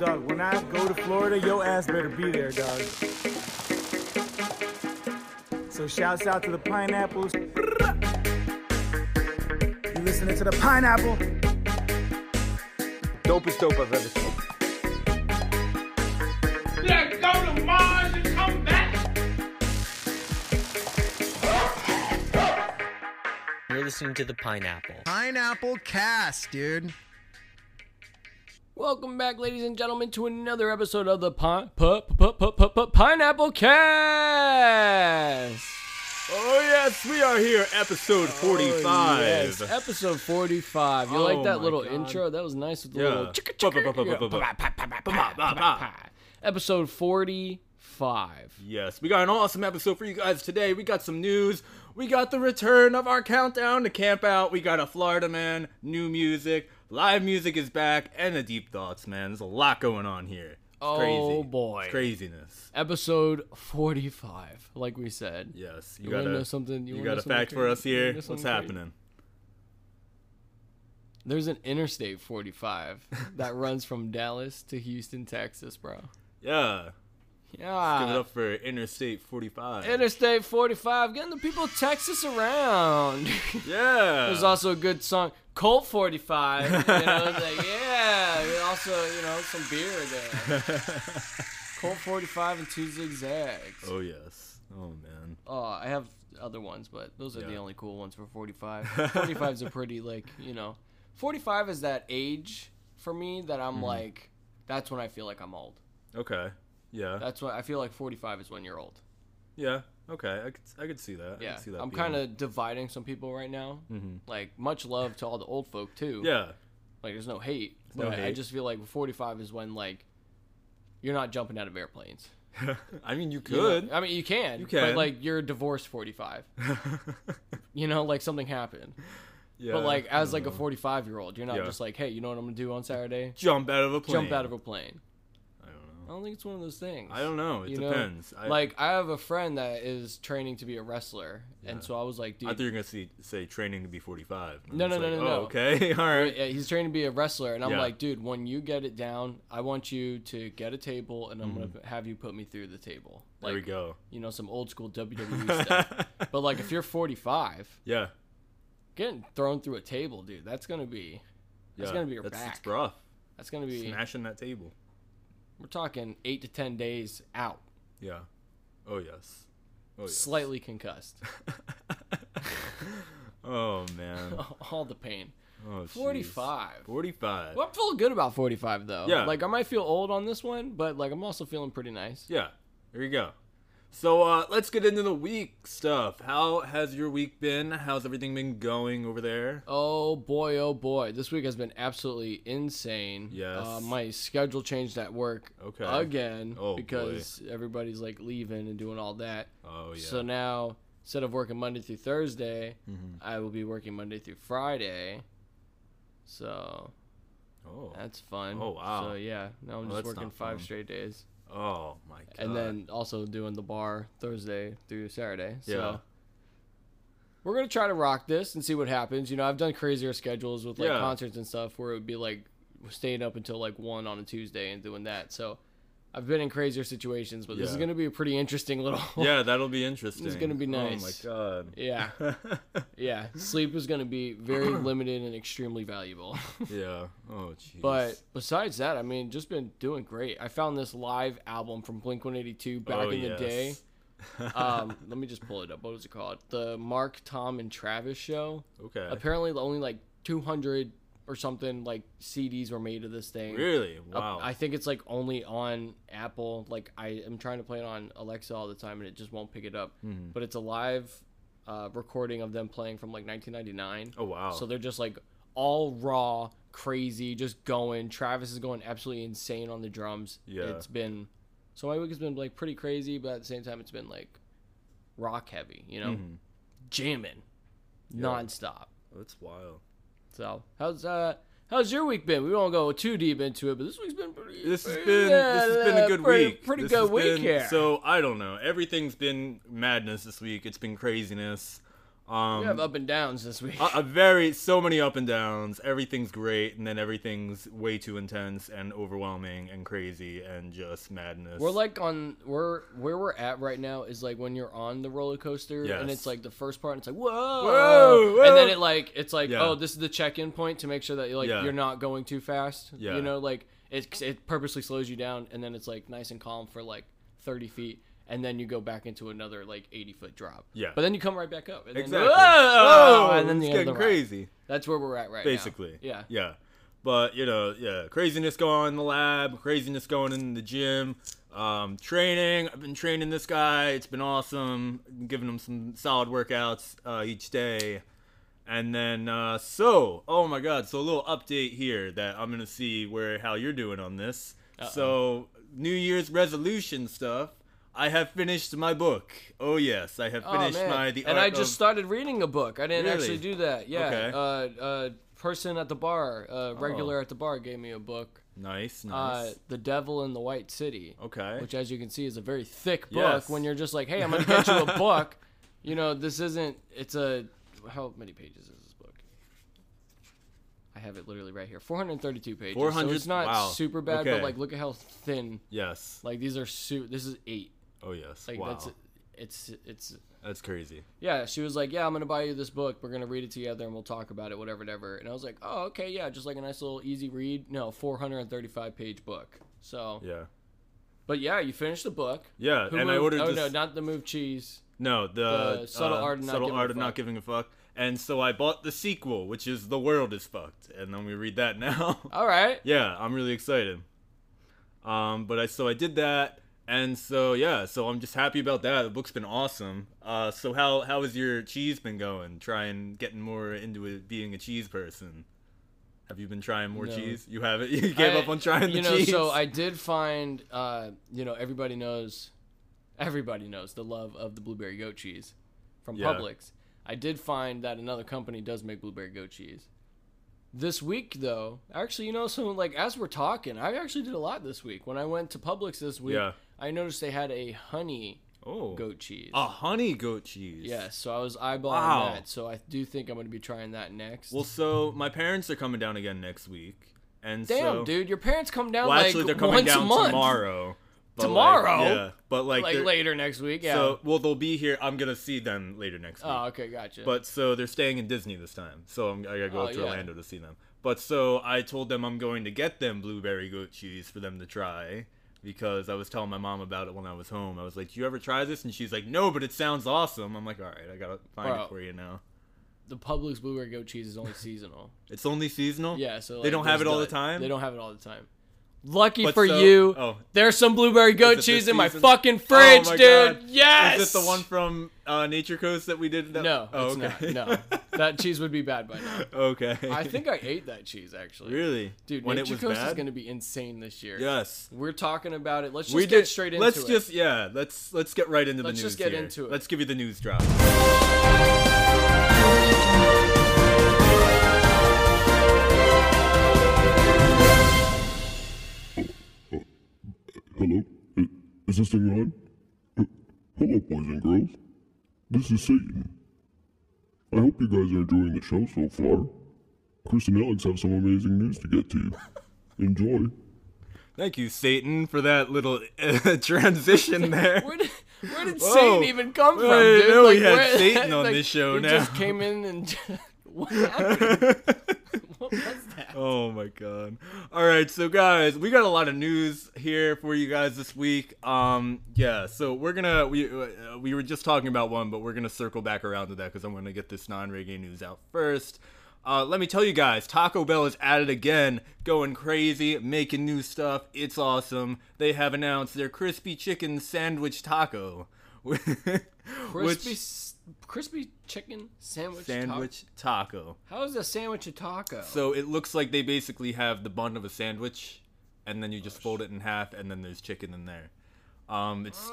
Dog, when I go to Florida, your ass better be there, dog. So shouts out to the pineapples. You listening to the pineapple? Dopest dope I've ever seen. Let's go to Mars and come back. You're listening to The Pineapple. Pineapple Cast, dude. Welcome back, ladies and gentlemen, to another episode of the Pine P- P- P- P- P- Pineapple Cast. Oh yes, we are here, episode forty-five. Oh, Yes, episode forty-five. You like Oh that my little God. intro? That was nice with the little. Yeah. chicka Ba- chicka. ba- ba- ba- ba- ba- Yeah. ba- ba- ba- ba- ba. Episode forty-five. Yes, we got an awesome episode for you guys today. We got some news. We got the return of our countdown to camp out. We got a Florida man, new music, live music is back, and the deep thoughts, man. There's a lot going on here. It's Oh, crazy. boy. It's craziness. Episode forty-five. Like we said. Yes, you, You, got wanna a know something? you, wanna got know a something fact for crazy? us You wanna here. know What's something crazy? happening? There's an Interstate 45 that runs from Dallas to Houston, Texas, bro. Yeah, give it Yeah. up for Interstate 45. Interstate 45, getting the people of Texas around. yeah, There's also a good song, Colt 45. You know, it's like, yeah. and Also, you know, some beer there. Colt 45 and two zigzags. Oh yes. Oh man. Oh, I have other ones, but those are the Yeah. only cool ones for 45. 45 is a pretty like, you know, 45 is that age for me that Mm-hmm. I'm like, that's when I feel like I'm old. Okay. Yeah. That's when I feel like 45 is when you're old. yeah. Okay. I could I could see that. I Yeah, could see that. I'm being- Mm-hmm. kind of dividing some people right now. Like much love to all the old folk too. Yeah. like there's no hate, no but I hate. just feel like 45 is when like you're not jumping out of airplanes. I mean, you You know? could. I mean, you can. You But can. like you're divorced 45. you know, like something happened. Yeah. Mm-hmm. But like as like a 45 year old, you're not Yeah. just like, hey, you know what I'm gonna do on Saturday? jump out of a plane. Jump out of a plane. I I don't know. don't think it's one of those things. I don't know. It You depends. I, like I have a friend that is training to be a wrestler, and so I was like, I dude, thought you were gonna see, say training to be 45. And No, it's no, no, like, no, oh, no. Okay. All right. Yeah, he's training to be a wrestler, and I'm Yeah. like, dude, when you get it down, I want you to get a table, and I'm gonna have you put me through the table. Like, Mm-hmm. there we go. You know, some old school WWE stuff. But like, if you're 45, Yeah. getting thrown through a table, dude, that's gonna be, that's yeah. gonna be your that's, back. It's rough. That's gonna be. Smashing that table. We're talking eight to ten days out, Yeah. Oh yes. Oh yes. slightly concussed, Oh man. all the pain. Oh, jeez. 45. 45. Well, I'm feeling good about 45 though. Yeah. Like I might feel old on this one, but like I'm also feeling pretty nice. Yeah, there you go. So uh, let's get into the week stuff. How has your week been? How's everything been going over there? Oh boy, oh boy. This week has been absolutely insane. Yes. Uh, my schedule changed at work Okay. again Oh, boy. because everybody's like leaving and doing all that. Oh yeah. So now instead of working Monday through Thursday, Mm-hmm. I will be working Monday through Friday. So oh. that's fun. Oh, wow. So yeah, now I'm Oh, just that's working not five fun. straight days. oh my god. And then also doing the bar Thursday through Saturday. So Yeah. we're gonna try to rock this and see what happens. You know, I've done crazier schedules with like Yeah. concerts and stuff where it would be like staying up until like one on a Tuesday and doing that. So I've been in crazier situations, but this is Yeah. gonna be a pretty interesting little yeah, that'll be interesting. It's gonna be nice. Oh my yeah. god. Yeah. Sleep is gonna be very limited and extremely valuable. yeah. Oh jeez. But besides that, I mean, just been doing great. I found this live album from Blink 182 back Oh, in the yes. day. um, let me just pull it up. What was it called? The Mark, Tom, and Travis show. okay. Apparently, only like 200 or something like CDs were made of this thing. Really? Uh, Wow. I think it's like only on Apple. Like I am trying to play it on Alexa all the time, and it just won't pick it up. Mm-hmm. But it's a live uh, recording of them playing from like 1999. Oh, wow. So they're just like all raw, crazy, just going. Travis is going absolutely insane on the drums. Yeah. It's been so my week has been like pretty crazy, but at the same time, it's been like rock heavy. You know, Mm-hmm. jamming, nonstop. That's wild. So how's uh how's your week been? We won't go too deep into it, but this week's been pretty. This has pretty- been this has been yeah, a good pretty, week. Pretty This good has week been- here. So I don't know. Everything's been madness this week. It's been craziness. Um, We have up and downs this week. a, a Uh, very so many up and downs. Everything's great, and then everything's way too intense and overwhelming and crazy and just madness. We're like on we're where we're at right now is like when you're on the roller coaster and Yes. it's like the first part and it's like whoa, Whoa, and then whoa. it like it's like Yeah. oh this is the check-in point to make sure that you're like Yeah. you're not going too fast Yeah. you know like it it purposely slows you down and then it's like nice and calm for like 30 feet and then you go back into another like 80 foot drop Yeah. but then you come right back up and then, exactly. whoa, and then it's the end of getting the ride. crazy. that's where we're at right basically. now. yeah Yeah. But you know, yeah, craziness going on in the lab, craziness going in the gym, um, training. I've been training this guy. It's been awesome. Been giving him some solid workouts uh, each day. And then, uh, so, oh my God, so a little update here that I'm gonna see where how you're doing on this. So, New Year's resolution stuff. I have finished my book. Oh yes, I have Oh, finished man. my the and Art I just of- started reading a book. I didn't Really? actually do that. Yeah. Okay. Uh, uh, person at the bar, uh, regular at the bar, gave me a book. nice, Uh, nice. the Devil in the White City. okay. Which, as you can see, is a very thick book. Yes. When you're just like, hey, I'm gonna get you a book. You know, this isn't. It's a. How many pages is this book? I have it literally right here. 432 pages. 400 So it's not wow. super bad, Okay. but like, look at how thin. yes. Like these are su- This is eight. Oh yes. Like wow. that's. It's it's That's crazy. yeah, she was like, "Yeah, I'm gonna buy you this book. We're gonna read it together, and we'll talk about it, whatever, whatever." And I was like, "Oh, okay, yeah, just like a nice little easy read." No, 435 page book. So, Yeah. but yeah, you finished the book. Yeah, Who and I moved- ordered Oh this- no, not the move cheese. No, the uh, The subtle art of not subtle giving a art of not fuck. giving a fuck. And so I bought the sequel, which is The World is Fucked, and then we read that now. All right. yeah, I'm really excited. Um, but I so I did that, and so yeah, so I'm just happy about that. The book's been awesome. Uh, so how how has your cheese been going? Trying getting more into it, being a cheese person. Have you been trying more No. cheese? You haven't. You gave I- up on trying the you know, cheese. So I did find, uh, you know, everybody knows, everybody knows the love of the blueberry goat cheese from Yeah. Publix. I did find that another company does make blueberry goat cheese. This week, though, actually, you know, so like as we're talking, I actually did a lot this week. When I went to Publix this week, Yeah. I noticed they had a honey oh, goat cheese. a honey goat cheese. Yes, so I was eyeballing Wow. that. So I do think I'm going to be trying that next. Well, so my parents are coming down again next week, and Damn, so, dude, your parents come down Well, like actually, they're coming once down a month. tomorrow. but, like, Tomorrow? yeah, but like, like they're- later next week. Yeah. So, well, they'll be here. I'm gonna see them later next week. oh, okay, gotcha. But so they're staying in Disney this time, so I'm, I gotta go Oh, up to yeah. Orlando to see them. But so I told them I'm going to get them blueberry goat cheese for them to try because I was telling my mom about it when I was home. I was like, "Do you ever try this?" And she's like, "No, but it sounds awesome." I'm like, "All right, I gotta find Bro. it for you now." the Publix blueberry goat cheese is only seasonal. It's only seasonal. Yeah, so they like, don't have it there's all the done. time. They don't have it all the time. Lucky But for so- you, oh. there's some blueberry goat Is it cheese this in my season? fucking Oh my fridge, dude. God. Yes. Is it the one from uh, Nature Coast that we did? That- no, Oh, it's okay. not. No, that cheese would be bad by now. okay. I think I ate that cheese actually. really, Dude, when Nature it was Coast bad. is gonna be insane this year. yes. We're talking about it. Let's just we get did straight into let's it. just yeah let's let's get right into Let's the news just get here. into it. let's give you the news drop Hello? I- Is this thing on? Uh, Hello, boys and girls. This is Satan. I hope you guys are enjoying the show so far. Chris and Alex have some amazing news to get to you. Enjoy. thank you satan for that little uh, transition there Where did, where did Whoa. Satan even come from, I didn't dude? know Oh. we Like, had where- Satan on this show we now. just came in and what happened? what was that? Oh my god. All right, so guys, we got a lot of news here for you guys this week. Um yeah, so we're going to we uh, we were just talking about one, but we're going to circle back around to that cuz I'm going to get this non-reggae news out first. Uh, let me tell you guys, Taco Bell is at it again, going crazy, making new stuff. It's awesome. They have announced their crispy chicken sandwich taco. which- Crispy, s- crispy chicken sandwich. sandwich Taco. taco. How is a sandwich a taco? So it looks like they basically have the bun of a sandwich, and then you Oh, just fold it in half, and then there's chicken in there. Um, it's it's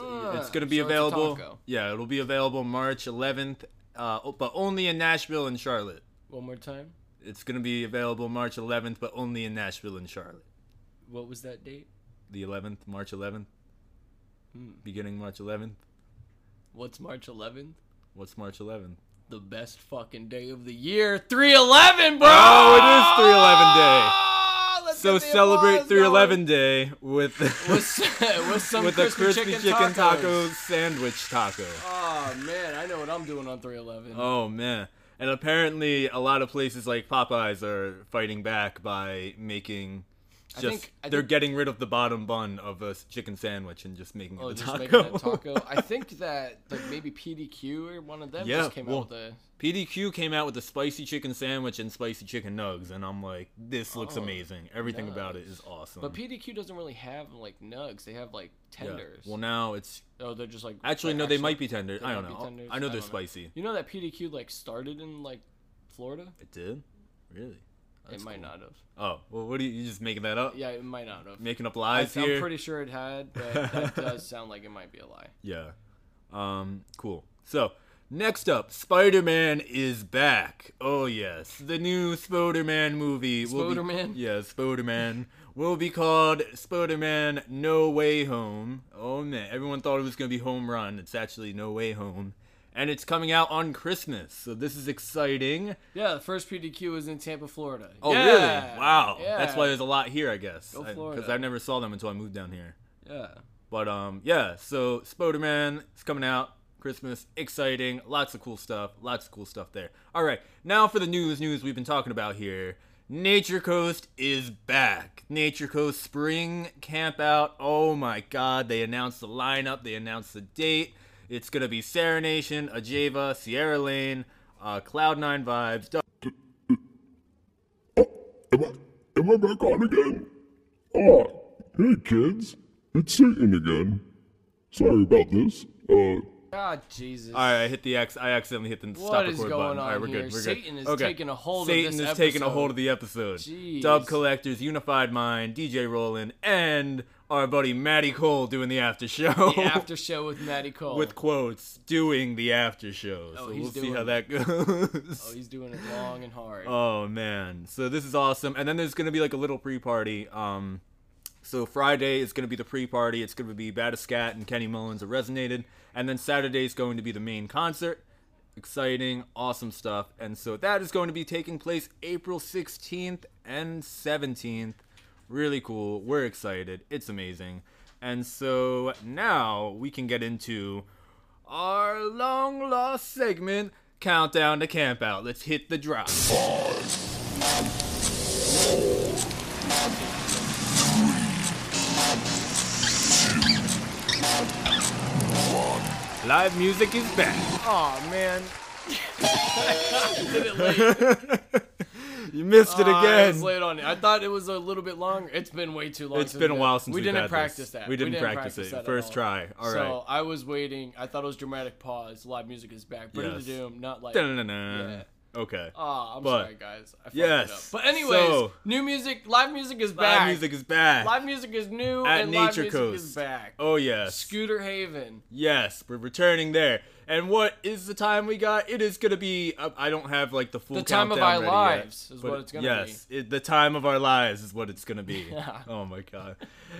gonna Ah, so it's be a available. taco. yeah, it'll be available March 11th, uh, o- but only in Nashville and Charlotte. One more time. It's gonna be available March 11th, but only in Nashville and Charlotte. What was that date? The 11th, March 11th, Hmm. beginning March 11th. What's March 11th? What's March 11th? the best fucking day of the year, 311, bro. Oh, it is 311 day. Oh, let's So get the celebrate applause 311 Day with going. with, with some with a crispy, crispy chicken, chicken, tacos. taco sandwich taco. Oh man, I know what I'm doing on 311. Oh man! And apparently, a lot of places like Popeyes are fighting back by making just think- I they're think- getting rid of the bottom bun of a s- chicken sandwich and just making Oh, it a just taco. making that taco. I think that like maybe PDQ or one of them Yeah, just came well, out with a PDQ came out with a spicy chicken sandwich and spicy chicken nugs, and I'm like, this looks amazing. Everything about it is awesome. Oh, But PDQ doesn't really have like nugs. They have like Yeah. tenders. Well, now it's oh, they're just like actually like, no, they actual- might be tender. they I don't might be know. tenders. I know they're don't spicy. You know that PDQ like started in like Florida? It did, really. it might not have. Oh, well, what are you, you just making that up? Yeah, it might not have. Making up I, lies here? am pretty sure it had, but that does sound like it might be a lie. Yeah. Um, cool. So, next up, Spider Man is back. Oh, yes. The new Spider Man movie. will be- Spoderman? Yeah, Spider Man. will be called Spider Man No Way Home. Oh, man. Everyone thought it was going to be Home Run. It's actually No Way Home. And it's coming out on Christmas. So, this is exciting. Yeah, the first PDQ was in Tampa, Florida. Oh, yeah. really? Wow. That's Yeah. why there's a lot here, I guess. Go Because Florida. I never saw them until I moved down here. Yeah. But um, yeah. So Spider-Man is coming out. Christmas, exciting, lots of cool stuff, lots of cool stuff there. All right, now for the news, news we've been talking about here. Nature Coast is back. Nature Coast Spring Camp Out. Oh my God! They announced the lineup. They announced the date. It's gonna be Sarah Nation, Ajava, Sierra Lane, uh, Cloud Nine Vibes, Oh, Am I, am I back on again? Oh, hey kids, it's Satan again. Sorry about this. Uh, God, Jesus. All right, I hit the X. I accidentally hit the stop What record is going button. All right, on we're here? good. We're Satan good. is okay. taking a hold of Satan this is taking a episode. hold of the episode. Jeez. Dub collectors, unified mind, DJ Roland, and our buddy Matty Cole doing the after show The after show with Matty Cole. with quotes, doing the after show. Oh, so he's we'll see doing how it. that goes. oh, he's doing it long and hard. Oh man, so this is awesome. And then there's gonna be like a little pre-party. Um, so Friday is gonna be the pre-party. It's gonna be Batiscat and Kenny Mullins are resonated, and then Saturday is going to be the main concert. Exciting, awesome stuff. And so that is going to be taking place April 16th and 17th. Really cool. We're excited. It's amazing. And so now we can get into our long lost segment, Countdown to Camp Out. Let's hit the drop. Live music is back. Oh man. Did it late. You missed it Ah, again. it was late on it. I thought it was a little bit longer. It's been way too long. it's since been a we- while since we we've didn't had practice this. that. We didn't, practice, that it. at First all. try. All so right. I was waiting. I thought it was dramatic pause. Live music is back. But Yes. the doom, not like. Dun-dun-dun-dun. Yeah. Okay. Ah, I'm But- sorry, guys. I fucked Yes. it up. But anyways, So- new music, live music is back. Live music is back. Live music is new At and live Nature music Coast. is back. Oh yes. Scooter Haven. Yes, we're returning there. And what is the time we got? It is gonna be. Uh, I don't have like the full. The time of countdown our ready yet, lives is but what it's gonna yes, be. the time of our lives is what it's gonna be. oh my god!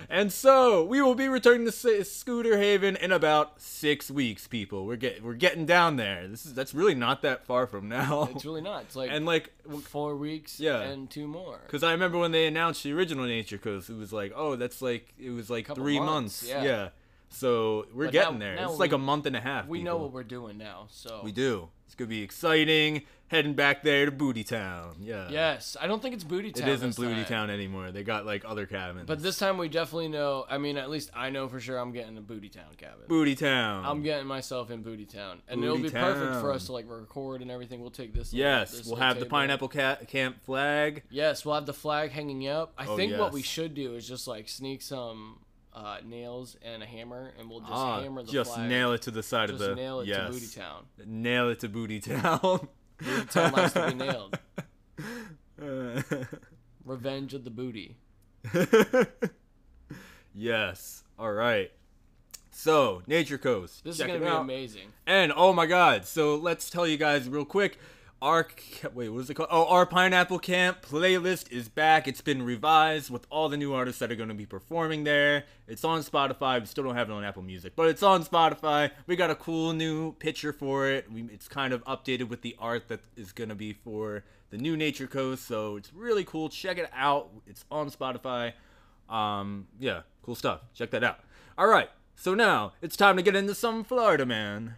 And so we will be returning to S- Scooter Haven in about six weeks, people. We're get we're getting down there. This is that's really not that far from now. It's really not. It's like and like four weeks Yeah. and two more. Because I remember when they announced the original Nature Coast, it was like, oh, that's like it was like Couple three months. months, yeah. So we're But getting now- there. now It's like we- a month and a half. We know people. what we're doing now, so We do. It's gonna be exciting. Heading back there to Booty Town. Yeah. Yes, I don't think it's Booty It Town. isn't this Booty time. Town anymore. They got like other cabins. But this time we definitely know. I mean, at least I know for sure I'm getting a Booty Town cabin. Booty Town. I'm getting myself in Booty Town, and Booty it'll be perfect for Town. us to like record and everything. We'll take this. little- yes, this we'll little have the table. pineapple ca- camp flag. Yes, we'll have the flag hanging up. I Oh, think what we yes. should do is just like sneak some uh, nails and a hammer, and we'll just ah, hammer the just flag. nail it to the side Just of the. nail it yes. to Booty Town. Nail it to Booty Town. Booty Town likes to be nailed. nailed. Revenge of the booty. yes. All right. So, Nature Coast. This Check is gonna it be out. amazing. And oh my god, so let's tell you guys real quick. Our ca- wait, what is it called? Oh, our Pineapple Camp playlist is back. It's been revised with all the new artists that are going to be performing there. It's on Spotify. We still don't have it on Apple Music, but it's on Spotify. We got a cool new picture for it. We, it's kind of updated with the art that is going to be for the new Nature Coast, so it's really cool. Check it out. It's on Spotify. Um, yeah, cool stuff. Check that out. All right, so now it's time to get into some Florida man.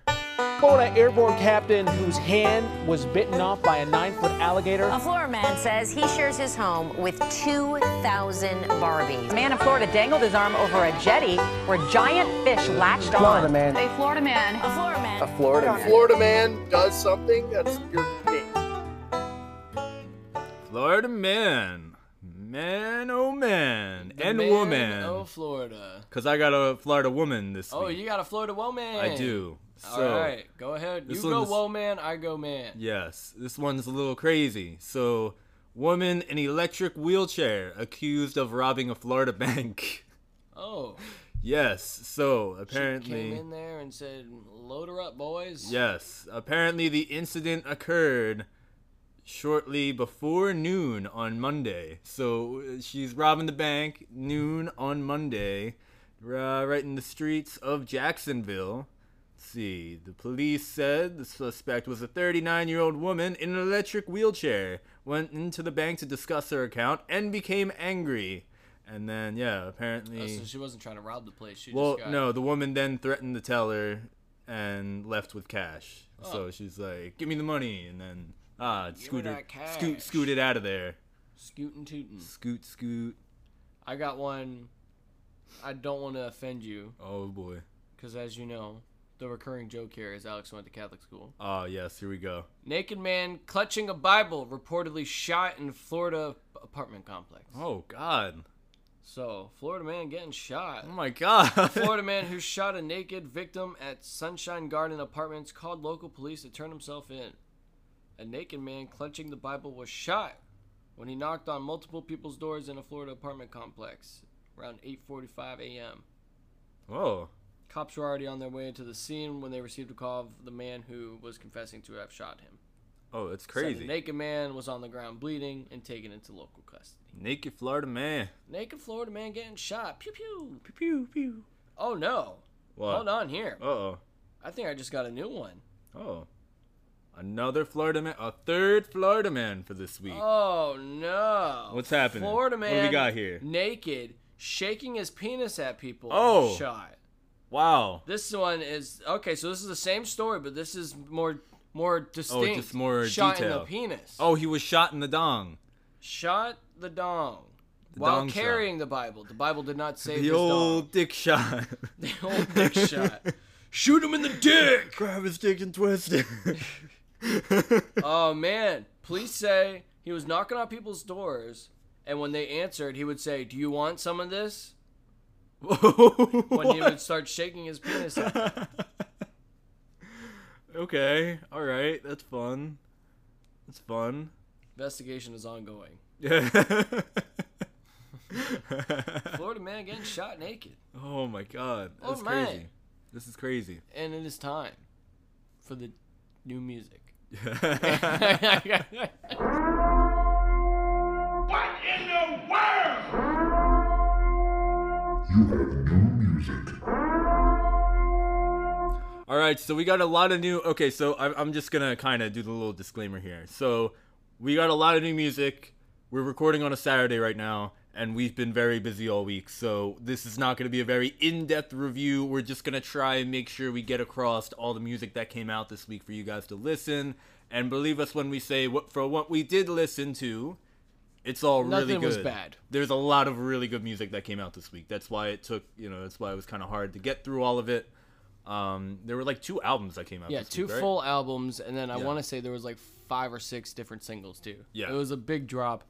Florida airborne captain whose hand was bitten off by a nine foot alligator. A Florida man says he shares his home with 2,000 Barbies. A man in Florida dangled his arm over a jetty where giant fish latched Florida on. man. A Florida man. A Florida man. Florida Florida man does something that's your thing. Florida man. Man, oh man. The and man woman. of Florida. Because I got a Florida woman this Oh, week. you got a Florida woman. I do. So, All right, go ahead. You this go one's- woe man, I go man. Yes, this one's a little crazy. So, woman in electric wheelchair accused of robbing a Florida bank. Oh, yes, so she apparently. came in there and said, "Load her up, boys." Yes. Apparently, the incident occurred shortly before noon on Monday. So uh, she's robbing the bank noon on Monday, ri- right in the streets of Jacksonville. Let's see. The police said the suspect was a 39 year old woman in an electric wheelchair. Went into the bank to discuss her account and became angry. And then, yeah, apparently. Oh, so she wasn't trying to rob the place. She Well, just got, no, the woman then threatened to tell her and left with cash. Oh. So she's like, "Give me the money," and then ah, scoot her, that cash. scoot, scoot it out of there. scootin' tootin'. Scoot, scoot. I got one. I don't want to offend you Oh boy. because, as you know, the recurring joke here is Alex went to Catholic school. Ah, yes, here we go. Naked man clutching a Bible reportedly shot in Florida apartment complex. Oh God. So, Florida man getting shot. Oh my God. Florida man who shot a naked victim at Sunshine Garden Apartments called local police to turn himself in. A naked man clutching the Bible was shot when he knocked on multiple people's doors in a Florida apartment complex around 8:45 a.m. Whoa. Cops were already on their way to the scene when they received a call of the man who was confessing to have shot him. Oh, that's Said crazy. The naked man was on the ground bleeding and taken into local custody. Naked Florida man. Naked Florida man getting shot. Pew pew pew pew pew. Oh no! What? Hold on here. Uh oh. I think I just got a new one. Oh. Another Florida man. A third Florida man for this week. Oh no! What's happening? Florida What man. do we got here? Naked, shaking his penis at people. Oh. shot. Wow. This one is okay. So this is the same story, but this is more more distinct. just more shot in detail. the penis. Oh, he was shot in the dong. shot the dong while dong shot. carrying the Bible. The Bible did not save The his old dick shot. dong. The old dick shot. Shoot him in the dick. Grab his dick and twist it. Oh man! Police say he was knocking on people's doors, and when they answered, he would say, "Do you want some of this?" when he would start shaking his penis. at them. okay, all right, that's fun. That's fun. Investigation is ongoing. oh Florida man getting shot naked, my god, Oh, that's man. crazy. This is crazy. and it is time for the new music. What in the world? You have new music. All right, so we got a lot of new. Okay, so I- I'm just gonna kind of do the little disclaimer here. So we got a lot of new music. We're recording on a Saturday right now, and we've been very busy all week. So this is not gonna be a very in-depth review. We're just gonna try and make sure we get across all the music that came out this week for you guys to listen. And believe us when we say what for what we did listen to, it's all really Nothing good. was bad. There's a lot of really good music that came out this week. That's why it took you know that's why it was kind of hard to get through all of it. Um, there were like two albums that came out. Yeah, this two week, right? full albums, and then I Yeah. want to say there was like five or six different singles too. Yeah. it was a big drop,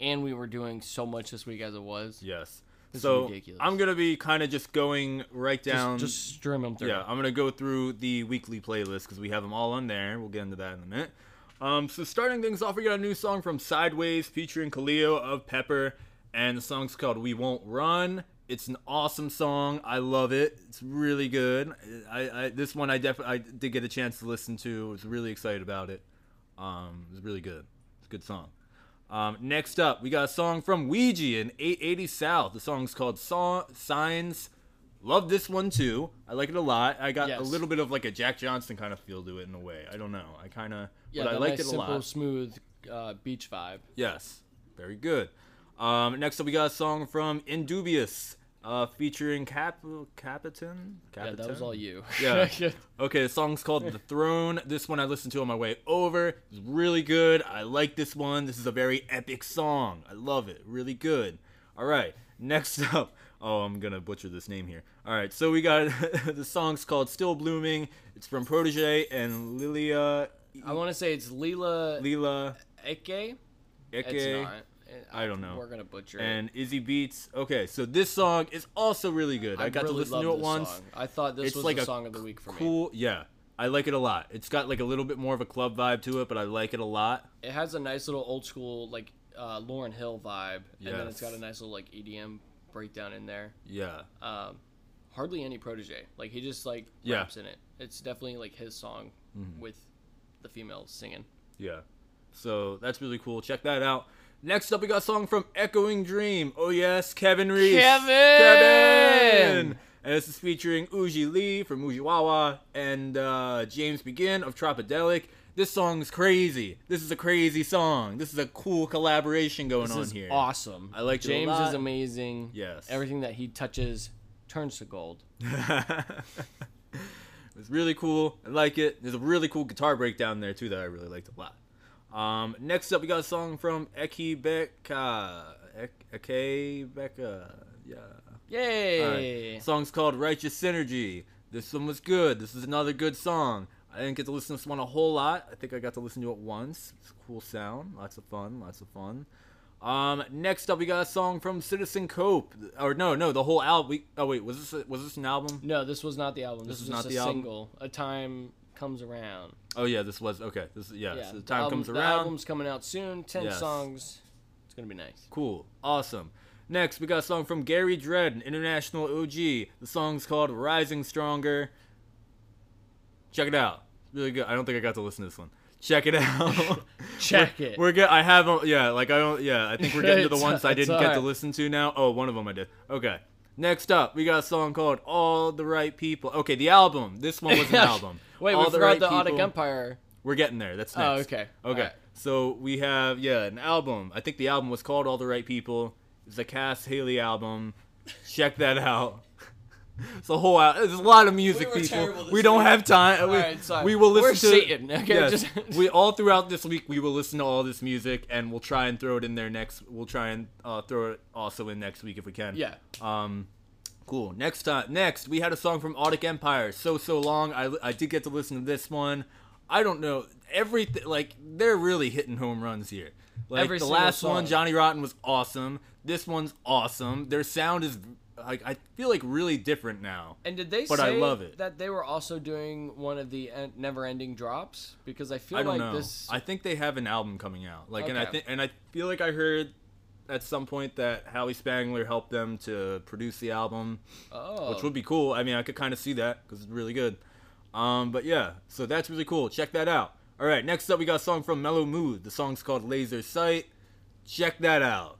and we were doing so much this week as it was. Yes. is So ridiculous. I'm gonna be kind of just going right down. Just stream them through. Um, yeah, I'm gonna go through the weekly playlist because we have them all on there. We'll get into that in a minute. Um, so starting things off, we got a new song from Sideways featuring Kaleo of Pepper, and the song's called "We Won't Run." It's an awesome song. I love it. It's really good. I, I this one I definitely I did get a chance to listen to. I was really excited about it. Um, it's really good. It's a good song. Um, next up, we got a song from Ouija in 880 South. The song's called Saw- Signs. Love this one too. I like it a lot. I got a Yes. little bit of like a Jack Johnson kind of feel to it in a way. I don't know. I kind of, Yeah, but I that liked nice, it a simple, lot. smooth uh, beach vibe. Yes, very good. Um, next up, we got a song from Indubious, uh, featuring Cap Capitan. Capitan. Yeah, that was all you. Yeah. Okay, the song's called The Throne. This one I listened to on my way over. It's really good. I like this one. This is a very epic song. I love it. Really good. All right, next up. Oh, I'm going to butcher this name here. All right, so we got the song's called Still Blooming. It's from Protege and Lilia. I want to say it's Leela Lila Eke. Eke. It's not. I don't know. We're gonna butcher it. and Izzy Beats. Okay, so this song is also really good. I, got really to listen love to it this once. song. I thought this it's was like the a song of the week for me. Cool, yeah. I like it a lot. It's got like a little bit more of a club vibe to it, but I like it a lot. It has a nice little old school like uh, Lauren Hill vibe, and then it's got a Yes. nice little like EDM breakdown in there. Yeah. Uh. Hardly any protege. Like he just like Yeah. Mm-hmm. raps in it. It's definitely like his song with the female singing. yeah. So that's really cool. Check that out. Next up, we got a song from Echoing Dream. Oh, yes, Kevin Reese. Kevin! Kevin! And this is featuring Uji Lee from Ujiwawa and uh, James Begin of Tropodelic. This song is crazy. This is a crazy song. This is a cool collaboration going This on is here. awesome. I liked it a James lot. is amazing. Yes. Everything that he touches turns to gold. It's really cool. I like it. There's a really cool guitar breakdown there too that I really liked a lot. Um, next up, we got a song from Ekibeka. Ek- Ekibeka. Yeah. Yay! Song's called Righteous Synergy. This one was good. This is another good song. I didn't get to listen to this one a whole lot. I think I got to listen to it once. It's a cool sound. Lots of fun. Lots of fun. Um, next up, we got a song from Citizen Cope. Or no, no, the whole album. We- Oh wait, was this a- was this an album? No, this was not the album. This, was was not just the a album? single. A time comes around. Oh yeah, this was okay. This yeah, so the the time album- comes the around. album's coming out soon. Ten Yes. songs. It's gonna be nice. Cool, awesome. Next, we got a song from Gary Dredd, an international OG. The song's called "Rising Stronger." Check it out. Really good. I don't think I got to listen to this one. Check it out. Check we're, it. We're good. I have. a- Yeah, like I don't. Yeah, I think we're getting to the It's- ones I it's didn't get to alright. listen to now. Oh, one of them I did. Okay. Next up, we got a song called "All the Right People." Okay, the album. This one was an album. Wait, All we forgot the People- Autic Empire. We're getting there. That's next. Oh, okay. Okay. Alright. So we have yeah an album. I think the album was called All the Right People. It's a Cass Haley album. Check that out. It's a whole. Al- there's a lot of music, were people. terrible this We don't week. have time. We, Alright, sorry. we will listen We're to Satan, okay? Yes. Just- we all throughout this week we will listen to all this music and we'll try and throw it in there next. We'll try and uh, throw it also in next week if we can. Um, Yeah. Cool. Next time, next we had a song from Audic Empire. So so long. I, I did get to listen to this one. I don't know everything. Like they're really hitting home runs here. Like Every the single last song. one, Johnny Rotten was awesome. This one's awesome. Their sound is like I feel like really different now. And did they But I say love it. that they were also doing one of the en- never-ending drops? Because I feel I like don't know. this. I think they have an album coming out. Like and I Okay. think and I feel like I heard at some point that Howie Spangler helped them to produce the album. oh, which would be cool. I mean, I could kind of see that because it's really good. Um, but yeah, so that's really cool. Check that out. All right, next up we got a song from Mellow Mood. The song's called Laser Sight. Check that out.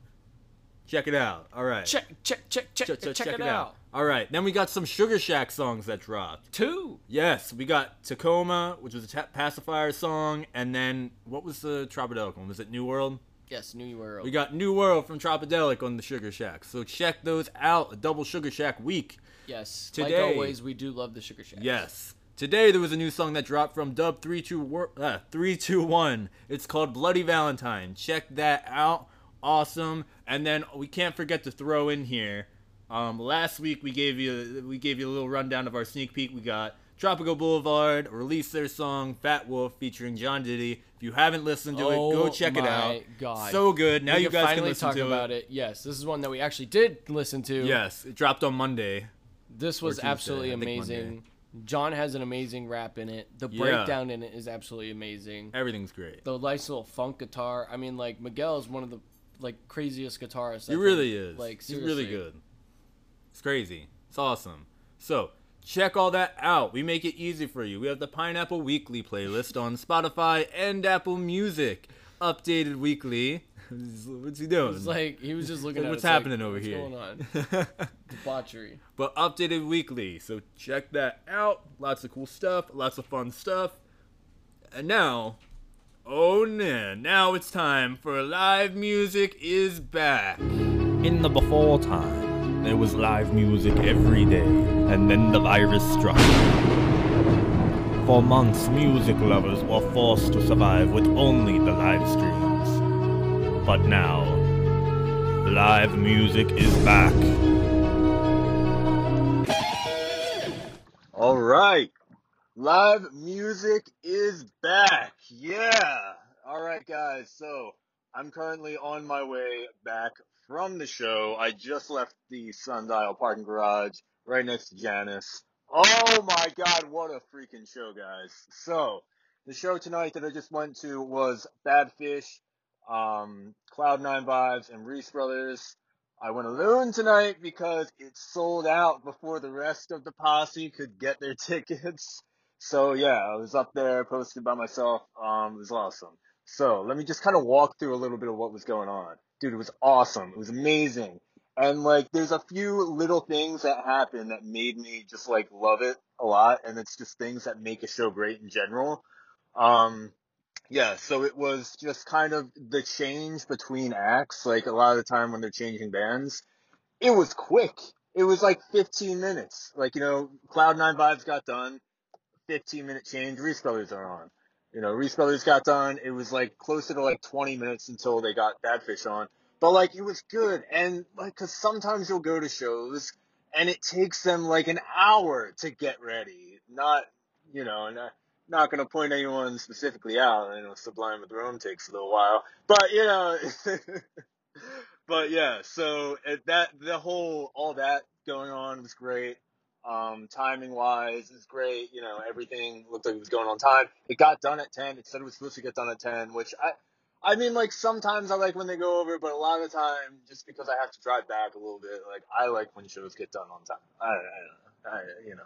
Check it out. All right. check, check, check, check, check, check, it, out. All right, then we got some Sugar Shack songs that dropped. Two. Yes, we got Tacoma, which was a ta- pacifier song, and then what was the Tropodelic one? Was it New World? Yes, New World. We got New World from Tropodelic on the Sugar Shack. So check those out. A double Sugar Shack week. yes. today- Like always, we do love the Sugar Shack. Yes. Today there was a new song that dropped from Dub 321. Uh, 321. It's called Bloody Valentine. Check that out. Awesome. And then we can't forget to throw in here. Um, last week we gave you we gave you a little rundown of our sneak peek. We got Tropical Boulevard released their song Fat Wolf featuring John Diddy. If you haven't listened to it, go Oh check it my out. God. So good. Now we you can guys finally can listen talk to about it. Yes, this is one that we actually did listen to. Yes, it dropped on Monday. This was Tuesday, absolutely I think Monday. amazing. John has an amazing rap in it. The Yeah. breakdown in it is absolutely amazing. Everything's great. The nice little funk guitar. I mean, like Miguel is one of the like craziest guitarists. I He think. really is. Like he's really seriously. good. It's crazy. It's awesome. So Check all that out. We make it easy for you. We have the Pineapple Weekly playlist on Spotify and Apple Music, updated weekly. What's he doing? It's like he was just looking at What's us like, happening over what's here? going on? Debauchery. but updated weekly. So check that out. Lots of cool stuff, lots of fun stuff. And now, oh man, now it's time for live music is back. In the before time, there was live music every day, and then the virus struck. For months, music lovers were forced to survive with only the live streams. But now, live music is back. All right. Live music is back. Yeah. All right, guys. So I'm currently on my way back from the show. I just left the Sundial parking garage right next to Janice. Oh my God. What a freaking show, guys. So the show tonight that I just went to was Bad Fish, um, Cloud Nine Vibes, and Reese Brothers. I went alone tonight because it sold out before the rest of the posse could get their tickets. So yeah, I was up there posted by myself. Um, it was awesome. So let me just kind of walk through a little bit of what was going on. Dude, it was awesome. It was amazing. And like, there's a few little things that happened that made me just like love it a lot. And it's just things that make a show great in general. Um, yeah, so it was just kind of the change between acts. Like a lot of the time when they're changing bands, it was quick. It was like 15 minutes. Like, you know, Cloud Nine Vibes got done, 15 minute change, Reese Brothers are on. You know, Reese Brothers got done. It was like closer to like 20 minutes until they got Badfish on. But like, it was good. And like, cause sometimes you'll go to shows and it takes them like an hour to get ready. Not, you know, and uh, I, not going to point anyone specifically out. You know, Sublime with Rome takes a little while, but you know, but yeah. So it, that the whole all that going on was great. Um, timing wise is great. You know, everything looked like it was going on time. It got done at ten. It said it was supposed to get done at ten, which I. I mean, like sometimes I like when they go over, but a lot of the time, just because I have to drive back a little bit, like I like when shows get done on time. I, I don't know, I, you know,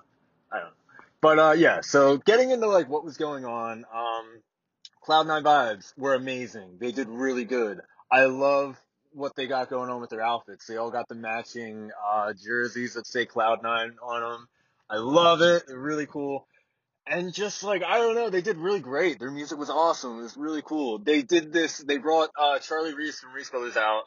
I don't. know. But uh, yeah, so getting into like what was going on, um, Cloud Nine Vibes were amazing. They did really good. I love what they got going on with their outfits. They all got the matching uh, jerseys that say Cloud Nine on them. I love it. They're really cool. And just like I don't know, they did really great. Their music was awesome. It was really cool. They did this. They brought uh, Charlie Reese from Reese Brothers out,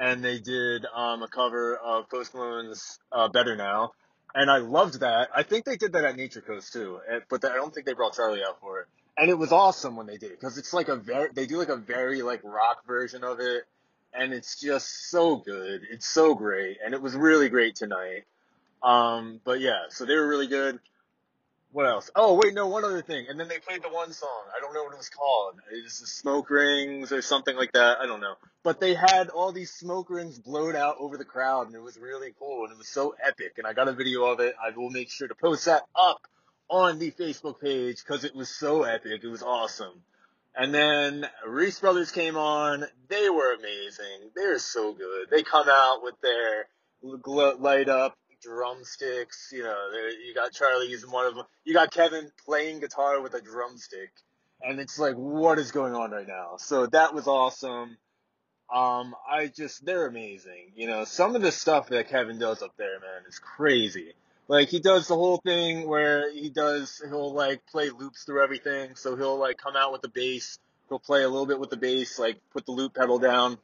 and they did um, a cover of Post Malone's uh, "Better Now." and I loved that. I think they did that at Nature Coast too, eh, but I don't think they brought Charlie out for it. And it was awesome when they did because it's like a very they do like a very like rock version of it, and it's just so good. It's so great, and it was really great tonight. Um, but yeah, so they were really good. What else? Oh wait, no, one other thing. And then they played the one song. I don't know what it was called. It was the Smoke Rings or something like that. I don't know. But they had all these smoke rings blown out over the crowd, and it was really cool, and it was so epic. And I got a video of it. I will make sure to post that up on the Facebook page because it was so epic. It was awesome. And then Reese Brothers came on. They were amazing. They're so good. They come out with their gl- light up drumsticks. You know, they- you got Charlie using one of them. You got Kevin playing guitar with a drumstick. And it's like, what is going on right now? So that was awesome. Um, I just, they're amazing. You know, some of the stuff that Kevin does up there, man, is crazy. Like, he does the whole thing where he does, he'll like play loops through everything. So he'll like come out with the bass. He'll play a little bit with the bass, like put the loop pedal down,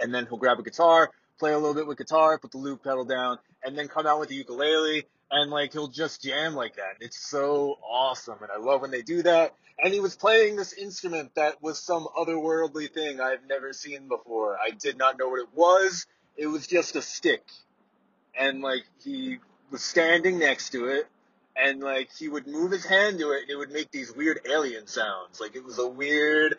and then he'll grab a guitar, play a little bit with guitar, put the loop pedal down, and then come out with the ukulele, and like he'll just jam like that. It's so awesome, and I love when they do that. And he was playing this instrument that was some otherworldly thing I've never seen before. I did not know what it was. It was just a stick, and like he was standing next to it. And like he would move his hand to it, and it would make these weird alien sounds. Like it was a weird,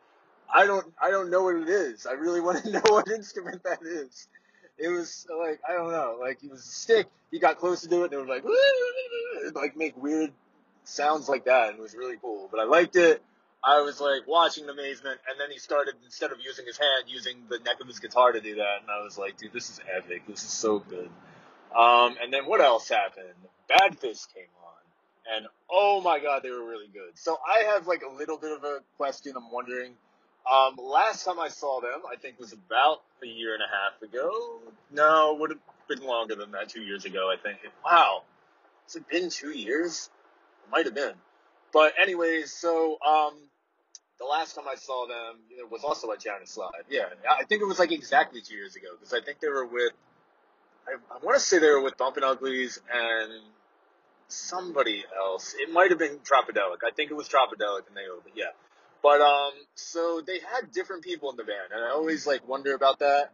I don't I don't know what it is. I really want to know what instrument that is. It was like I don't know, like it was a stick. He got closer to it and it was like it'd, like make weird sounds like that and it was really cool. But I liked it. I was like watching in amazement and then he started instead of using his hand using the neck of his guitar to do that and I was like, dude, this is epic. This is so good. Um, and then what else happened? Badfish came on, and oh my god, they were really good. So I have like a little bit of a question. I'm wondering. Um, last time I saw them, I think was about a year and a half ago. No, would have been longer than that. Two years ago, I think. Wow, has it been two years? It might have been. But anyways, so um, the last time I saw them you know, was also at Down and Slide. Yeah, I think it was like exactly two years ago because I think they were with. I, I want to say they were with Bumpin' Uglies and somebody else. It might have been Tropodelic. I think it was Tropodelic and they opened. Yeah, but um, so they had different people in the band, and I always like wonder about that.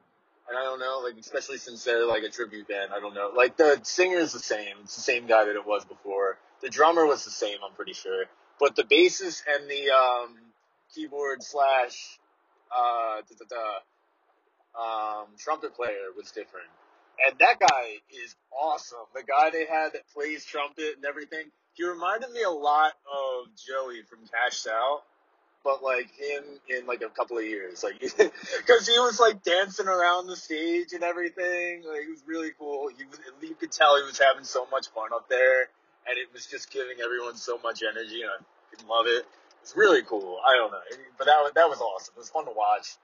And I don't know, like especially since they're like a tribute band, I don't know. Like the singer is the same, it's the same guy that it was before. The drummer was the same, I'm pretty sure. But the bassist and the um, keyboard slash uh, da, da, da, um, trumpet player was different. And that guy is awesome. The guy they had that plays trumpet and everything, he reminded me a lot of Joey from Cash Out, but like him in like a couple of years, like because he was like dancing around the stage and everything. Like it was really cool. He was, you could tell he was having so much fun up there, and it was just giving everyone so much energy, and I fucking love it. It's really cool. I don't know, but that was, that was awesome. It was fun to watch,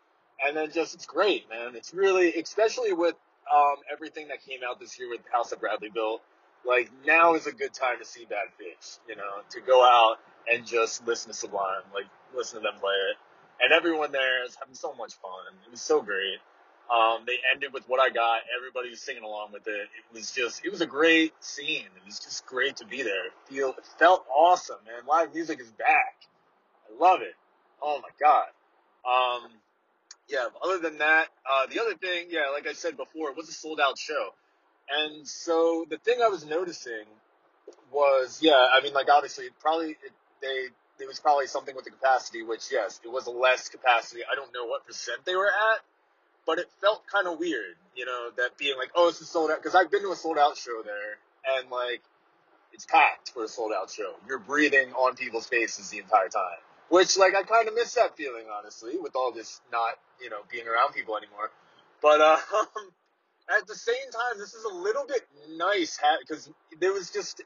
and then just it's great, man. It's really, especially with um, everything that came out this year with House of Bradley Bill. Like now is a good time to see Bad Fish, you know, to go out and just listen to Sublime, like listen to them play it. And everyone there is having so much fun. It was so great. Um, they ended with what I got. Everybody was singing along with it. It was just, it was a great scene. It was just great to be there. It feel, it felt awesome, man. Live music is back. I love it. Oh my god. Um, yeah. Other than that, uh, the other thing, yeah, like I said before, it was a sold out show. And so the thing I was noticing was, yeah, I mean, like obviously, it probably it, they it was probably something with the capacity, which yes, it was a less capacity. I don't know what percent they were at, but it felt kind of weird, you know, that being like, oh, it's a sold out because I've been to a sold out show there, and like it's packed for a sold out show. You're breathing on people's faces the entire time, which like I kind of miss that feeling honestly, with all this not you know being around people anymore. But uh, at the same time, this is a little bit nice because there was just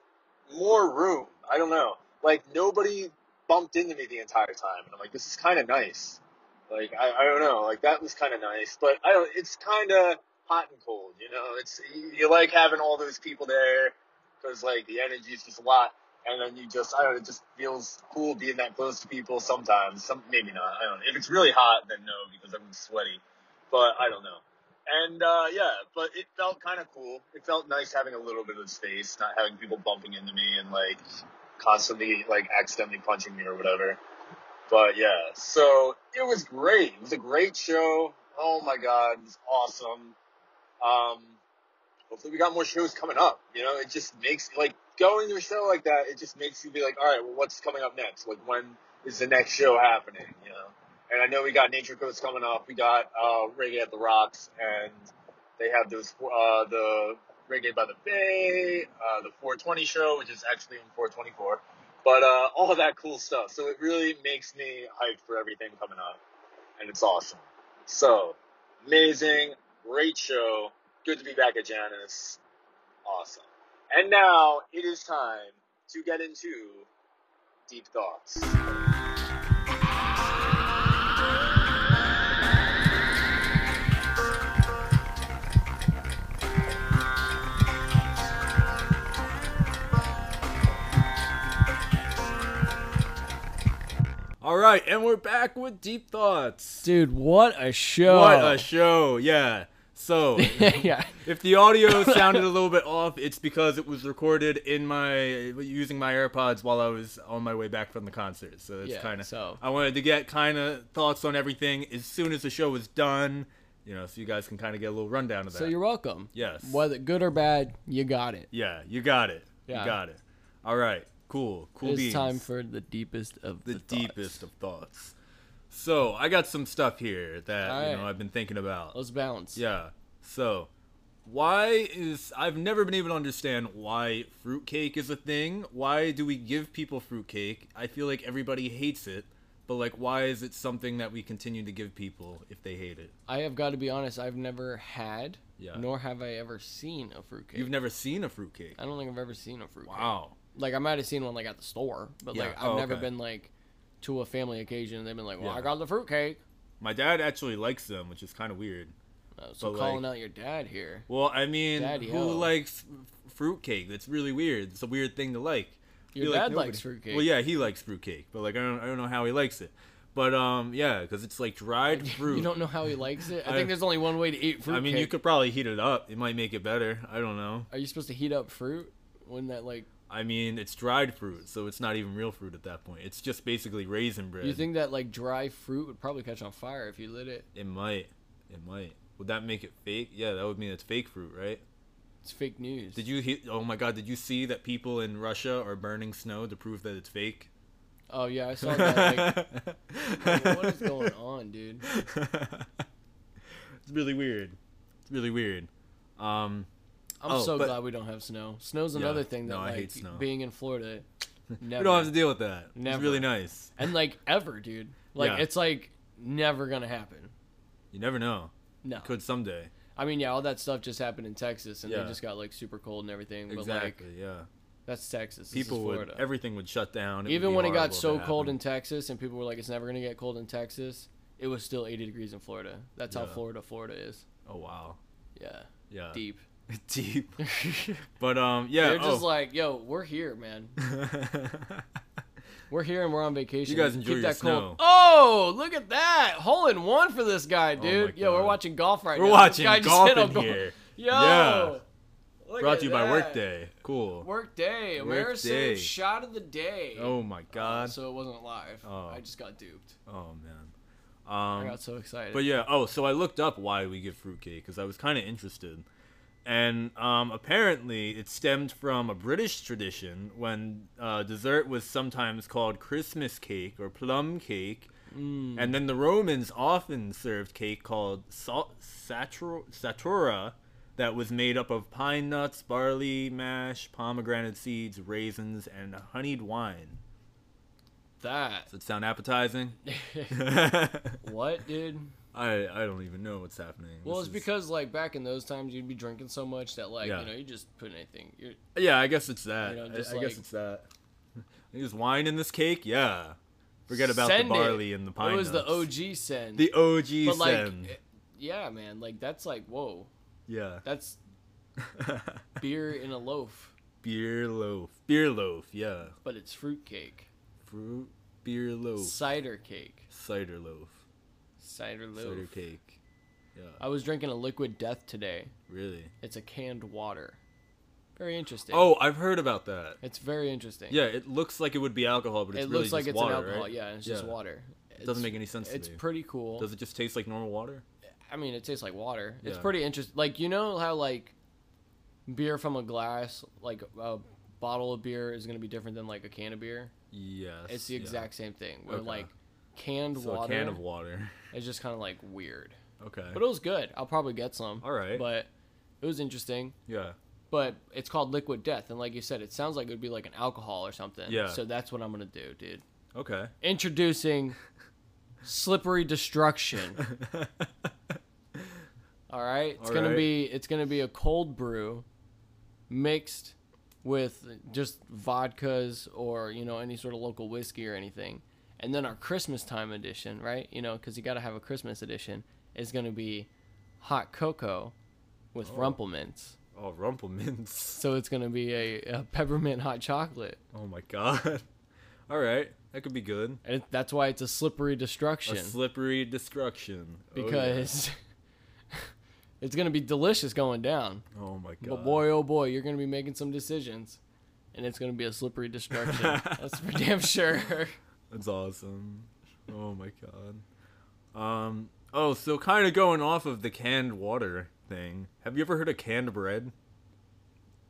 more room. I don't know, like nobody bumped into me the entire time, and I'm like, this is kind of nice. Like I, I don't know, like that was kind of nice, but I don't. It's kind of hot and cold, you know. It's you, you like having all those people there because like the energy is just a lot, and then you just I don't. know, It just feels cool being that close to people sometimes. Some maybe not. I don't. know. If it's really hot, then no, because I'm sweaty. But I don't know. And uh, yeah, but it felt kind of cool. It felt nice having a little bit of space, not having people bumping into me and like constantly like accidentally punching me or whatever. But yeah, so it was great. It was a great show. Oh my god, it was awesome. Um, hopefully we got more shows coming up. You know, it just makes like going to a show like that. It just makes you be like, all right, well, what's coming up next? Like, when is the next show happening? You know. And I know we got Nature Coast coming up. We got uh, Reggae at the Rocks, and they have those uh, the Reggae by the Bay, uh, the 420 show, which is actually in 424. But uh, all of that cool stuff. So it really makes me hyped for everything coming up, and it's awesome. So amazing, great show. Good to be back at Janice. Awesome. And now it is time to get into deep thoughts. All right, and we're back with deep thoughts. Dude, what a show! What a show! Yeah. So, yeah. if the audio sounded a little bit off, it's because it was recorded in my using my AirPods while I was on my way back from the concert. So it's Yeah, kind of. so- I wanted to get kind of thoughts on everything as soon as the show was done, you know, so you guys can kind of get a little rundown of that. So you're welcome. Yes. Whether good or bad, you got it. yeah, you got it. Yeah. You got it. All right. Cool. Cool it's beans. time for the deepest of the, the deepest of thoughts. So I got some stuff here that you know Alright. I've been thinking about. Let's bounce. Yeah. So why is I've never been able to understand why fruitcake is a thing. Why do we give people fruitcake? I feel like everybody hates it, But like, why is it something that we continue to give people if they hate it? I have got to be honest. I've never had, Yeah. nor have I ever seen a fruitcake. You've never seen a fruitcake. I don't think I've ever seen a fruitcake. Wow. Like I might have seen one like at the store, but Yeah. like I've Oh, never okay. been like to a family occasion and they've been like, "Well, I Yeah. got the fruitcake." My dad actually likes them, which is kind of weird. Uh, So But, like- calling out your dad here. Well, I mean, Daddy oh. who O. likes f- fruitcake? That's really weird. It's a weird thing to like. I Your feel dad likes nobody- fruitcake. Well, yeah, he likes fruitcake, but like I don't, I don't know how he likes it. But um, yeah, because it's like dried fruit. You don't know how he likes it. I, I- think there's only one way to eat fruitcake. I mean, you could probably heat it up. It might make it better. I don't know. Are you supposed to heat up fruit when that like? I mean, it's dried fruit, so it's not even real fruit at that point. It's just basically raisin bread. You think that like dry fruit would probably catch on fire if you lit it? It might. It might. Would that make it fake? Yeah, that would mean it's fake fruit, right? It's fake news. Did you hear? Oh my God! Did you see that people in Russia are burning snow to prove that it's fake? Oh yeah, I saw that. Like, what is going on, dude? It's really weird. It's really weird. Um, I'm oh, so but glad we don't have snow. Snow's Yeah, another thing that no, I like hate snow. being in Florida. Never. we don't have to deal with that. Never. It's really nice. and like ever, dude. Like Yeah. it's like never gonna happen. You never know. No. Could someday. I mean, yeah, all that stuff just happened in Texas, and Yeah. they just got like super cold and everything. But Exactly. like, yeah. that's Texas. This is People would. Florida. Everything would shut down. would Even be when it horrible got if so cold happened. in Texas, and people were like, "It's never gonna get cold in Texas," it was still 80 degrees in Florida. That's how Yeah. Florida, Florida is. Oh wow. Yeah. Yeah. Deep. Deep. but um, yeah. They're just oh. like, "Yo, we're here, man. we're here, and we're on vacation. You guys enjoy Keep your that cold." snow. Oh, look at that! Hole in one for this guy, Oh my dude. Yo, we're God. watching golf right We're now. This watching guy just golf hit a in goal. here. Yo. Yeah. look Brought at to you by that. Workday. Cool. Workday. Workday. Amerisave shot of the day. Oh my God. So it wasn't live. Oh. I just got duped. Oh man. Um, got so excited. But yeah, oh, so I looked up why we give fruitcake because I was kind of interested, and um, apparently it stemmed from a British tradition when uh, dessert was sometimes called Christmas cake or plum cake, and then the Romans often served cake called sal- satura, satura that was made up of pine nuts, barley mash, pomegranate seeds, raisins, and honeyed wine. That. Does it sound appetizing? what, dude? I I don't even know what's happening. Well, This it's because like back in those times, you'd be drinking so much that like Yeah. you know you just put anything. You're, is- yeah, I guess it's that. You know, I- just I, like- guess it's that. There's wine in this cake. Yeah, forget about Send the it. barley and the pine. It was nuts. the OG send. The OG But like, send. it- yeah, man, like that's like whoa, Yeah, that's beer in a loaf, beer loaf. Beer loaf. Yeah, but it's fruit cake, fruit beer loaf. cider cake, Cider loaf. cider loaf. Cider cake. Yeah, I was drinking a liquid death today. really. It's a canned water. Very interesting. Oh, I've heard about that. it's very interesting. Yeah, it looks like it would be alcohol, but it it's really looks like just it's water, an alcohol. right? Yeah, and it's just water. It doesn't It's- make any sense to It's me. pretty cool. Does it just taste like normal water? I mean, it tastes like water. It's Yeah. pretty interesting. Like you know how like beer from a glass, like a bottle of beer, is gonna be different than like a can of beer. Yes. It's the yeah. exact same thing. Where Okay. like canned So water, a can of water. is just kind of like weird. Okay. But it was good. I'll probably get some. All right. But it was interesting. yeah. But it's called Liquid Death, and like you said, it sounds like it would be like an alcohol or something. Yeah. So that's what I'm gonna do, dude. Okay. Introducing Slippery Destruction. All right, it's All gonna right. be it's gonna be a cold brew mixed with just vodkas or you know any sort of local whiskey or anything, and then our Christmas time edition, right? You know, because you gotta have a Christmas edition is gonna be hot cocoa with Oh. rumplemints. Oh, rumple mints. So it's gonna be a, a peppermint hot chocolate, Oh my god. All right. That could be good. and it, that's why it's a slippery A destruction. slippery destruction. Oh, yeah. because it's gonna be delicious going down. Oh, my god. But boy, oh boy, you're gonna be making some decisions, and it's gonna be a slippery destruction. That's for damn sure. That's awesome. Oh my god. Um oh, so kind of going off of the canned water thing. Have you ever heard of canned bread?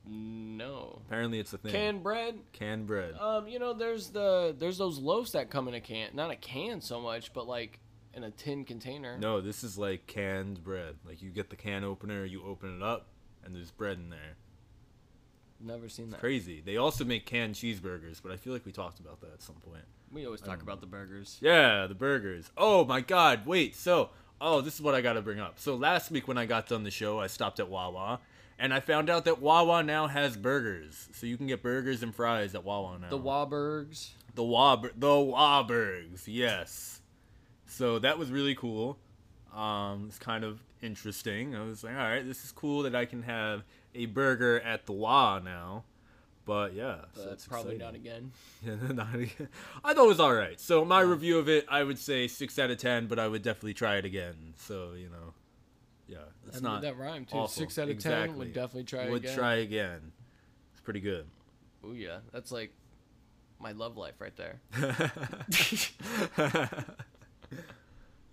No. Apparently it's a thing. Canned bread. canned bread. Um, you know, there's the there's those loaves that come in a can, not a can so much, but like in a tin container. No, this is like canned bread. Like you get the can opener, you open it up, and there's bread in there. Never seen that. Crazy. They also make canned cheeseburgers, but I feel like we talked about that at some point. We always I talk don't about the burgers. Yeah, the burgers. Oh my god, wait. So, oh, this is what I got to bring up. So, last week when I got done the show, I stopped at Wawa and I found out that Wawa now has burgers. So, you can get burgers and fries at Wawa now. The Wahlbergs. The Wab the Wahlbergs, yes. So that was really cool. Um, it's kind of interesting. I was like, all right, this is cool that I can have a burger at the Wa now. But yeah, so But it's probably exciting. not again. Yeah, not again. I thought it was all right. So my review of it, I would say six out of ten, but I would definitely try it again. So you know, yeah, it's And not that rhymed, too. awful. Six out of 10, exactly. would definitely try Would again. try again. It's pretty good. Oh yeah, that's like my love life right there.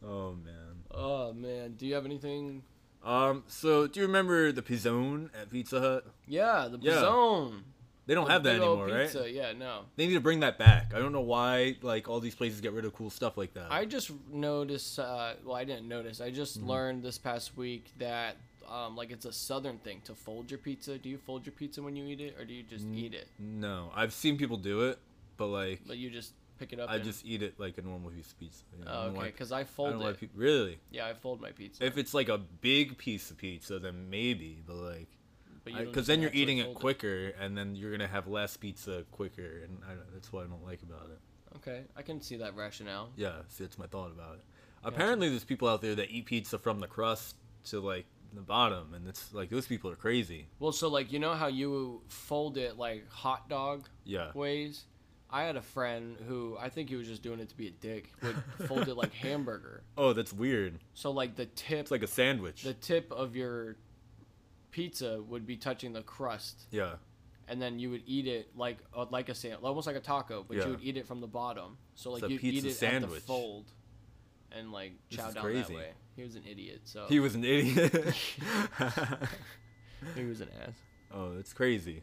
Oh man. oh man, do you have anything? Um. So do you remember the pizzone at Pizza Hut? Yeah, the Yeah. pizzone. They don't The have that big old anymore, right? pizza, Yeah, no. They need to bring that back. I don't know why like all these places get rid of cool stuff like that. I just noticed. Uh, well, I didn't notice. I just Mm-hmm. learned this past week that um, like it's a southern thing to fold your pizza. Do you fold your pizza when you eat it, or do you just Mm. eat it? No, I've seen people do it, but like But you just pick it up. I and- just eat it like a normal piece of pizza. you know, I Oh, don't know why okay, pe- because I don't fold know why it. peop- really? Yeah, I fold my pizza. If it's like a big piece of pizza, then maybe, but like, But you don't because just then you're naturally eating it fold it. quicker, and then you're gonna have less pizza quicker, and I, don't- that's what I don't like about it. Okay, I can see that rationale. Yeah, see, that's my thought about it. Apparently, there's people out there that eat pizza from the crust to like the bottom, and it's like those people are crazy. Well, so like you know how you fold it like hot dog Yeah. ways. I had a friend who I think he was just doing it to be a dick would fold it like hamburger. Oh, that's weird. So like the tip, It's like a sandwich. the tip of your pizza would be touching the crust, yeah, and then you would eat it like uh, like a sandwich, almost like a taco, but Yeah. you would eat it from the bottom. So It's like a you eat pizza it at the sandwich. fold, and like This chow is down that crazy. way. He was an idiot. So he was an idiot. he was an ass. oh, that's crazy.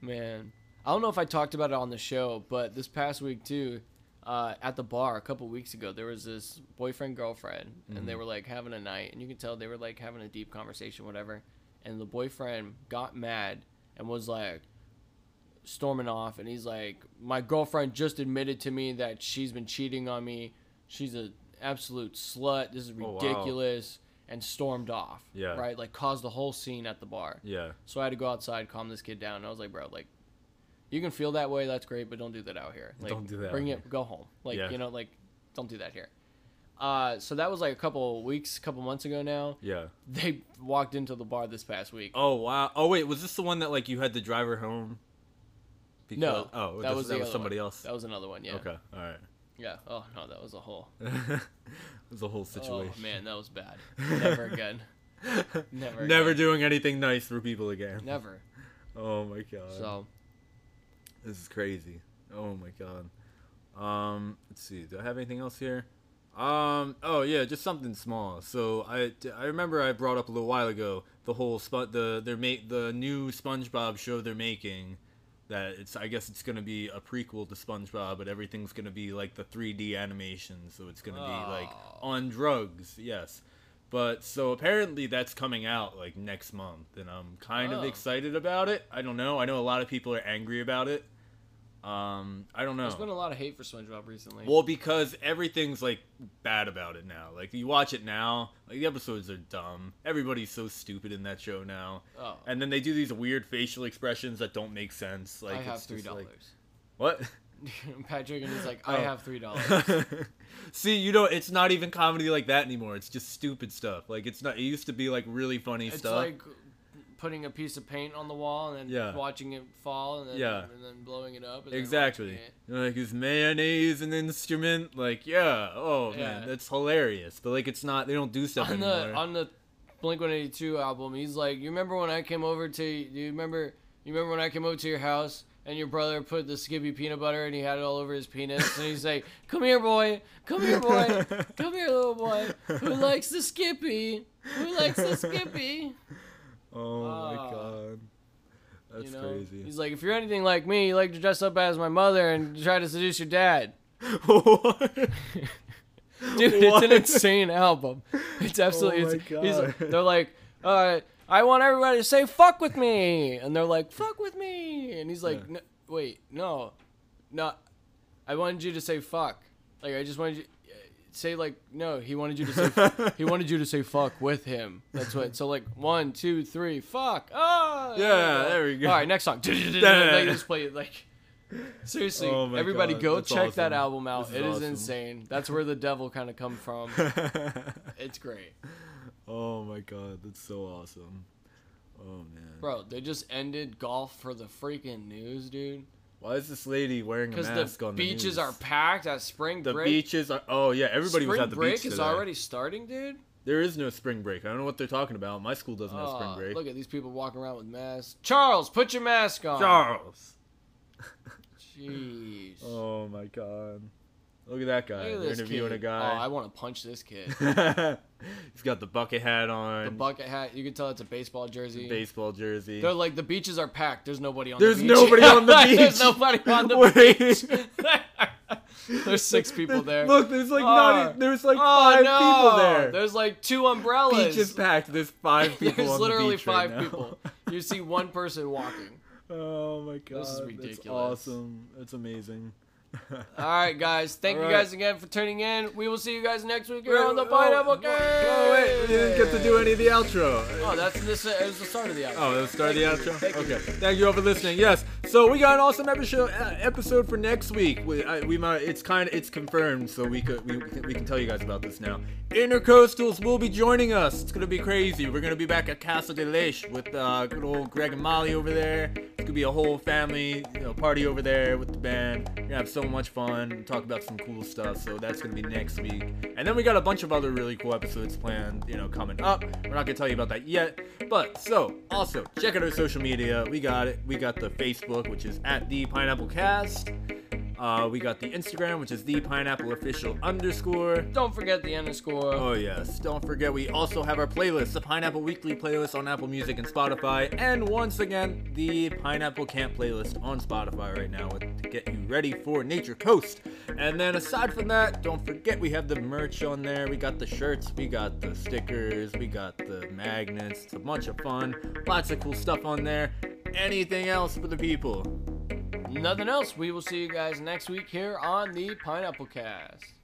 Man, I don't know if I talked about it on the show, but this past week too, uh, at the bar a couple weeks ago, there was this boyfriend girlfriend, and they Mm-hmm. Mhm. were like having a night, and you can tell they were like having a deep conversation, whatever. And the boyfriend got mad and was like storming off, and he's like, "My girlfriend just admitted to me that she's been cheating on me. She's a absolute slut. This is Oh, wow. ridiculous." And stormed off. Yeah. Right. Like caused the whole scene at the bar. Yeah. So I had to go outside, calm this kid down. And I was like, bro, like, you can feel that way. That's great, but don't do that out here. Like, Don't do that Bring out it. Go home. Like, Yeah. you know, like, don't do that here. Uh, so that was like a couple weeks, couple months ago now. Yeah. They walked into the bar this past week. Oh wow. Oh wait, was this the one that like you had to drive her home? no, Oh, that this- was, the that was other somebody one. else. That was another one. Yeah. Okay. All right. Yeah. Oh no, that was a whole it was a whole situation. Oh man, that was bad. Never again. Never. Never again. doing anything nice for people again. Never. Oh my god. So- this is crazy. Oh my god. Um, let's see. Do I have anything else here? Um, oh yeah, just something small. So I, I remember I brought up a little while ago the whole spot the they're make the new SpongeBob show they're making that it's I guess it's gonna be a prequel to SpongeBob, but everything's gonna be like the 3D animation, so it's gonna be like Ah. on drugs. Yes. But so apparently that's coming out like next month, and I'm kind Oh. of excited about it. I don't know. I know a lot of people are angry about it. Um, I don't know. There's been a lot of hate for SpongeBob recently. Well, because everything's like bad about it now. Like you watch it now, like the episodes are dumb. Everybody's so stupid in that show now. Oh. And then they do these weird facial expressions that don't make sense. Like I have it's just, three like- dollars. what? Patrick and he's like, I Oh. have three dollars. See, you know, it's not even comedy like that anymore. It's just stupid stuff. Like it's not. It used to be like really funny It's stuff. like putting a piece of paint on the wall and then Yeah. watching it fall and then, Yeah. and then blowing it up. And then Exactly. watching it. You know, like is mayonnaise an instrument? Like yeah. Oh Yeah. man, that's hilarious. But like it's not. They don't do stuff On anymore. the on the Blink One Eighty Two album, he's like, "You remember when I came over to? Do you remember? You remember when I came over to your house?" And your brother put the Skippy peanut butter, and he had it all over his penis. And he's like, "Come here, boy! Come here, boy! Come here, little boy! Who likes the Skippy? Who likes the Skippy?" Oh Ah. my god. That's You know? crazy. He's like, if you're anything like me, you like to dress up as my mother and try to seduce your dad. Dude, it's an What? insane album. It's absolutely. my it's- he's- Oh God. they're like, uh, I want everybody to say fuck with me, and they're like fuck with me, and he's like, "N- wait, no, no, I wanted you to say fuck. Like I just wanted you uh, say like no. He wanted you to say he wanted you to say fuck with him. That's what. So like one, two, three, fuck. Ah. Yeah, there we go. All right, next song. they just play it like. Seriously, Oh my everybody God, go that's check that album awesome. out. This is It is awesome. insane. That's where the devil kind of come from. it's great. Oh my god, that's so awesome. Oh man. Bro, they just ended golf for the freaking news, dude. Why is this lady wearing a Because mask the on beaches the news? are packed at spring The break. beaches are. Oh yeah, everybody spring was at the break beach is today. already starting, dude. There is no spring break. I don't know what they're talking about. My school doesn't have Aw, spring break. Ah, Look at these people walking around with masks. Charles, put your mask on. Charles. Jeez. Oh my god. Look at that guy. Look at They're this interviewing kid. a guy. Oh, I want to punch this kid. He's got the bucket hat on. the bucket hat. You can tell it's a baseball jersey. baseball jersey. They're like the beaches are packed. There's nobody on There's the beach. nobody on the beach. There's nobody on the Wait. beach. There's six people there. Look, there's like not. not. e- There's like five five people there. There's like two umbrellas. beach is packed. There's five people There's on literally the beach five right now. people. You see one person walking. Oh my god. This is that's ridiculous. awesome. That's amazing. All right, guys. Thank All you right. guys again for tuning in. We will see you guys next week here Wait, on the oh, Pineapple Cave. Oh wait, we didn't get to do any of the outro. Oh, that's this. It was the start of the outro. Oh, let's start the Thank you. outro. Thank you. okay, thank you all for listening. Yes, so we got an awesome episode uh, episode for next week. We, I, we might it's kind of it's confirmed, so we could we, we can- we can tell you guys about this now. Intercoastals will be joining us. It's gonna be crazy. We're gonna be back at Castle de Leish with uh, good old Greg and Molly over there. It's gonna be a whole family you know, party over there with the band. We're gonna have so much fun and talk about some cool stuff. So that's gonna be next week. And then we got a bunch of other really cool episodes planned, you know, coming up. We're not gonna tell you about that yet. But so also check out our social media. We got it. We got the Facebook, which is at the Pineapple Cast. Uh, we got the Instagram, which is the Pineapple Official underscore. Don't forget the underscore. Oh yes, don't forget we also have our playlist, the Pineapple Weekly playlist on Apple Music and Spotify, and once again the Pineapple Camp playlist on Spotify right now with, to get you ready for Nature Coast. And then aside from that, don't forget we have the merch on there. We got the shirts, we got the stickers, we got the magnets. It's a bunch of fun, lots of cool stuff on there. Anything else for the people? Nothing else. We will see you guys next week here on the Pineapple Cast.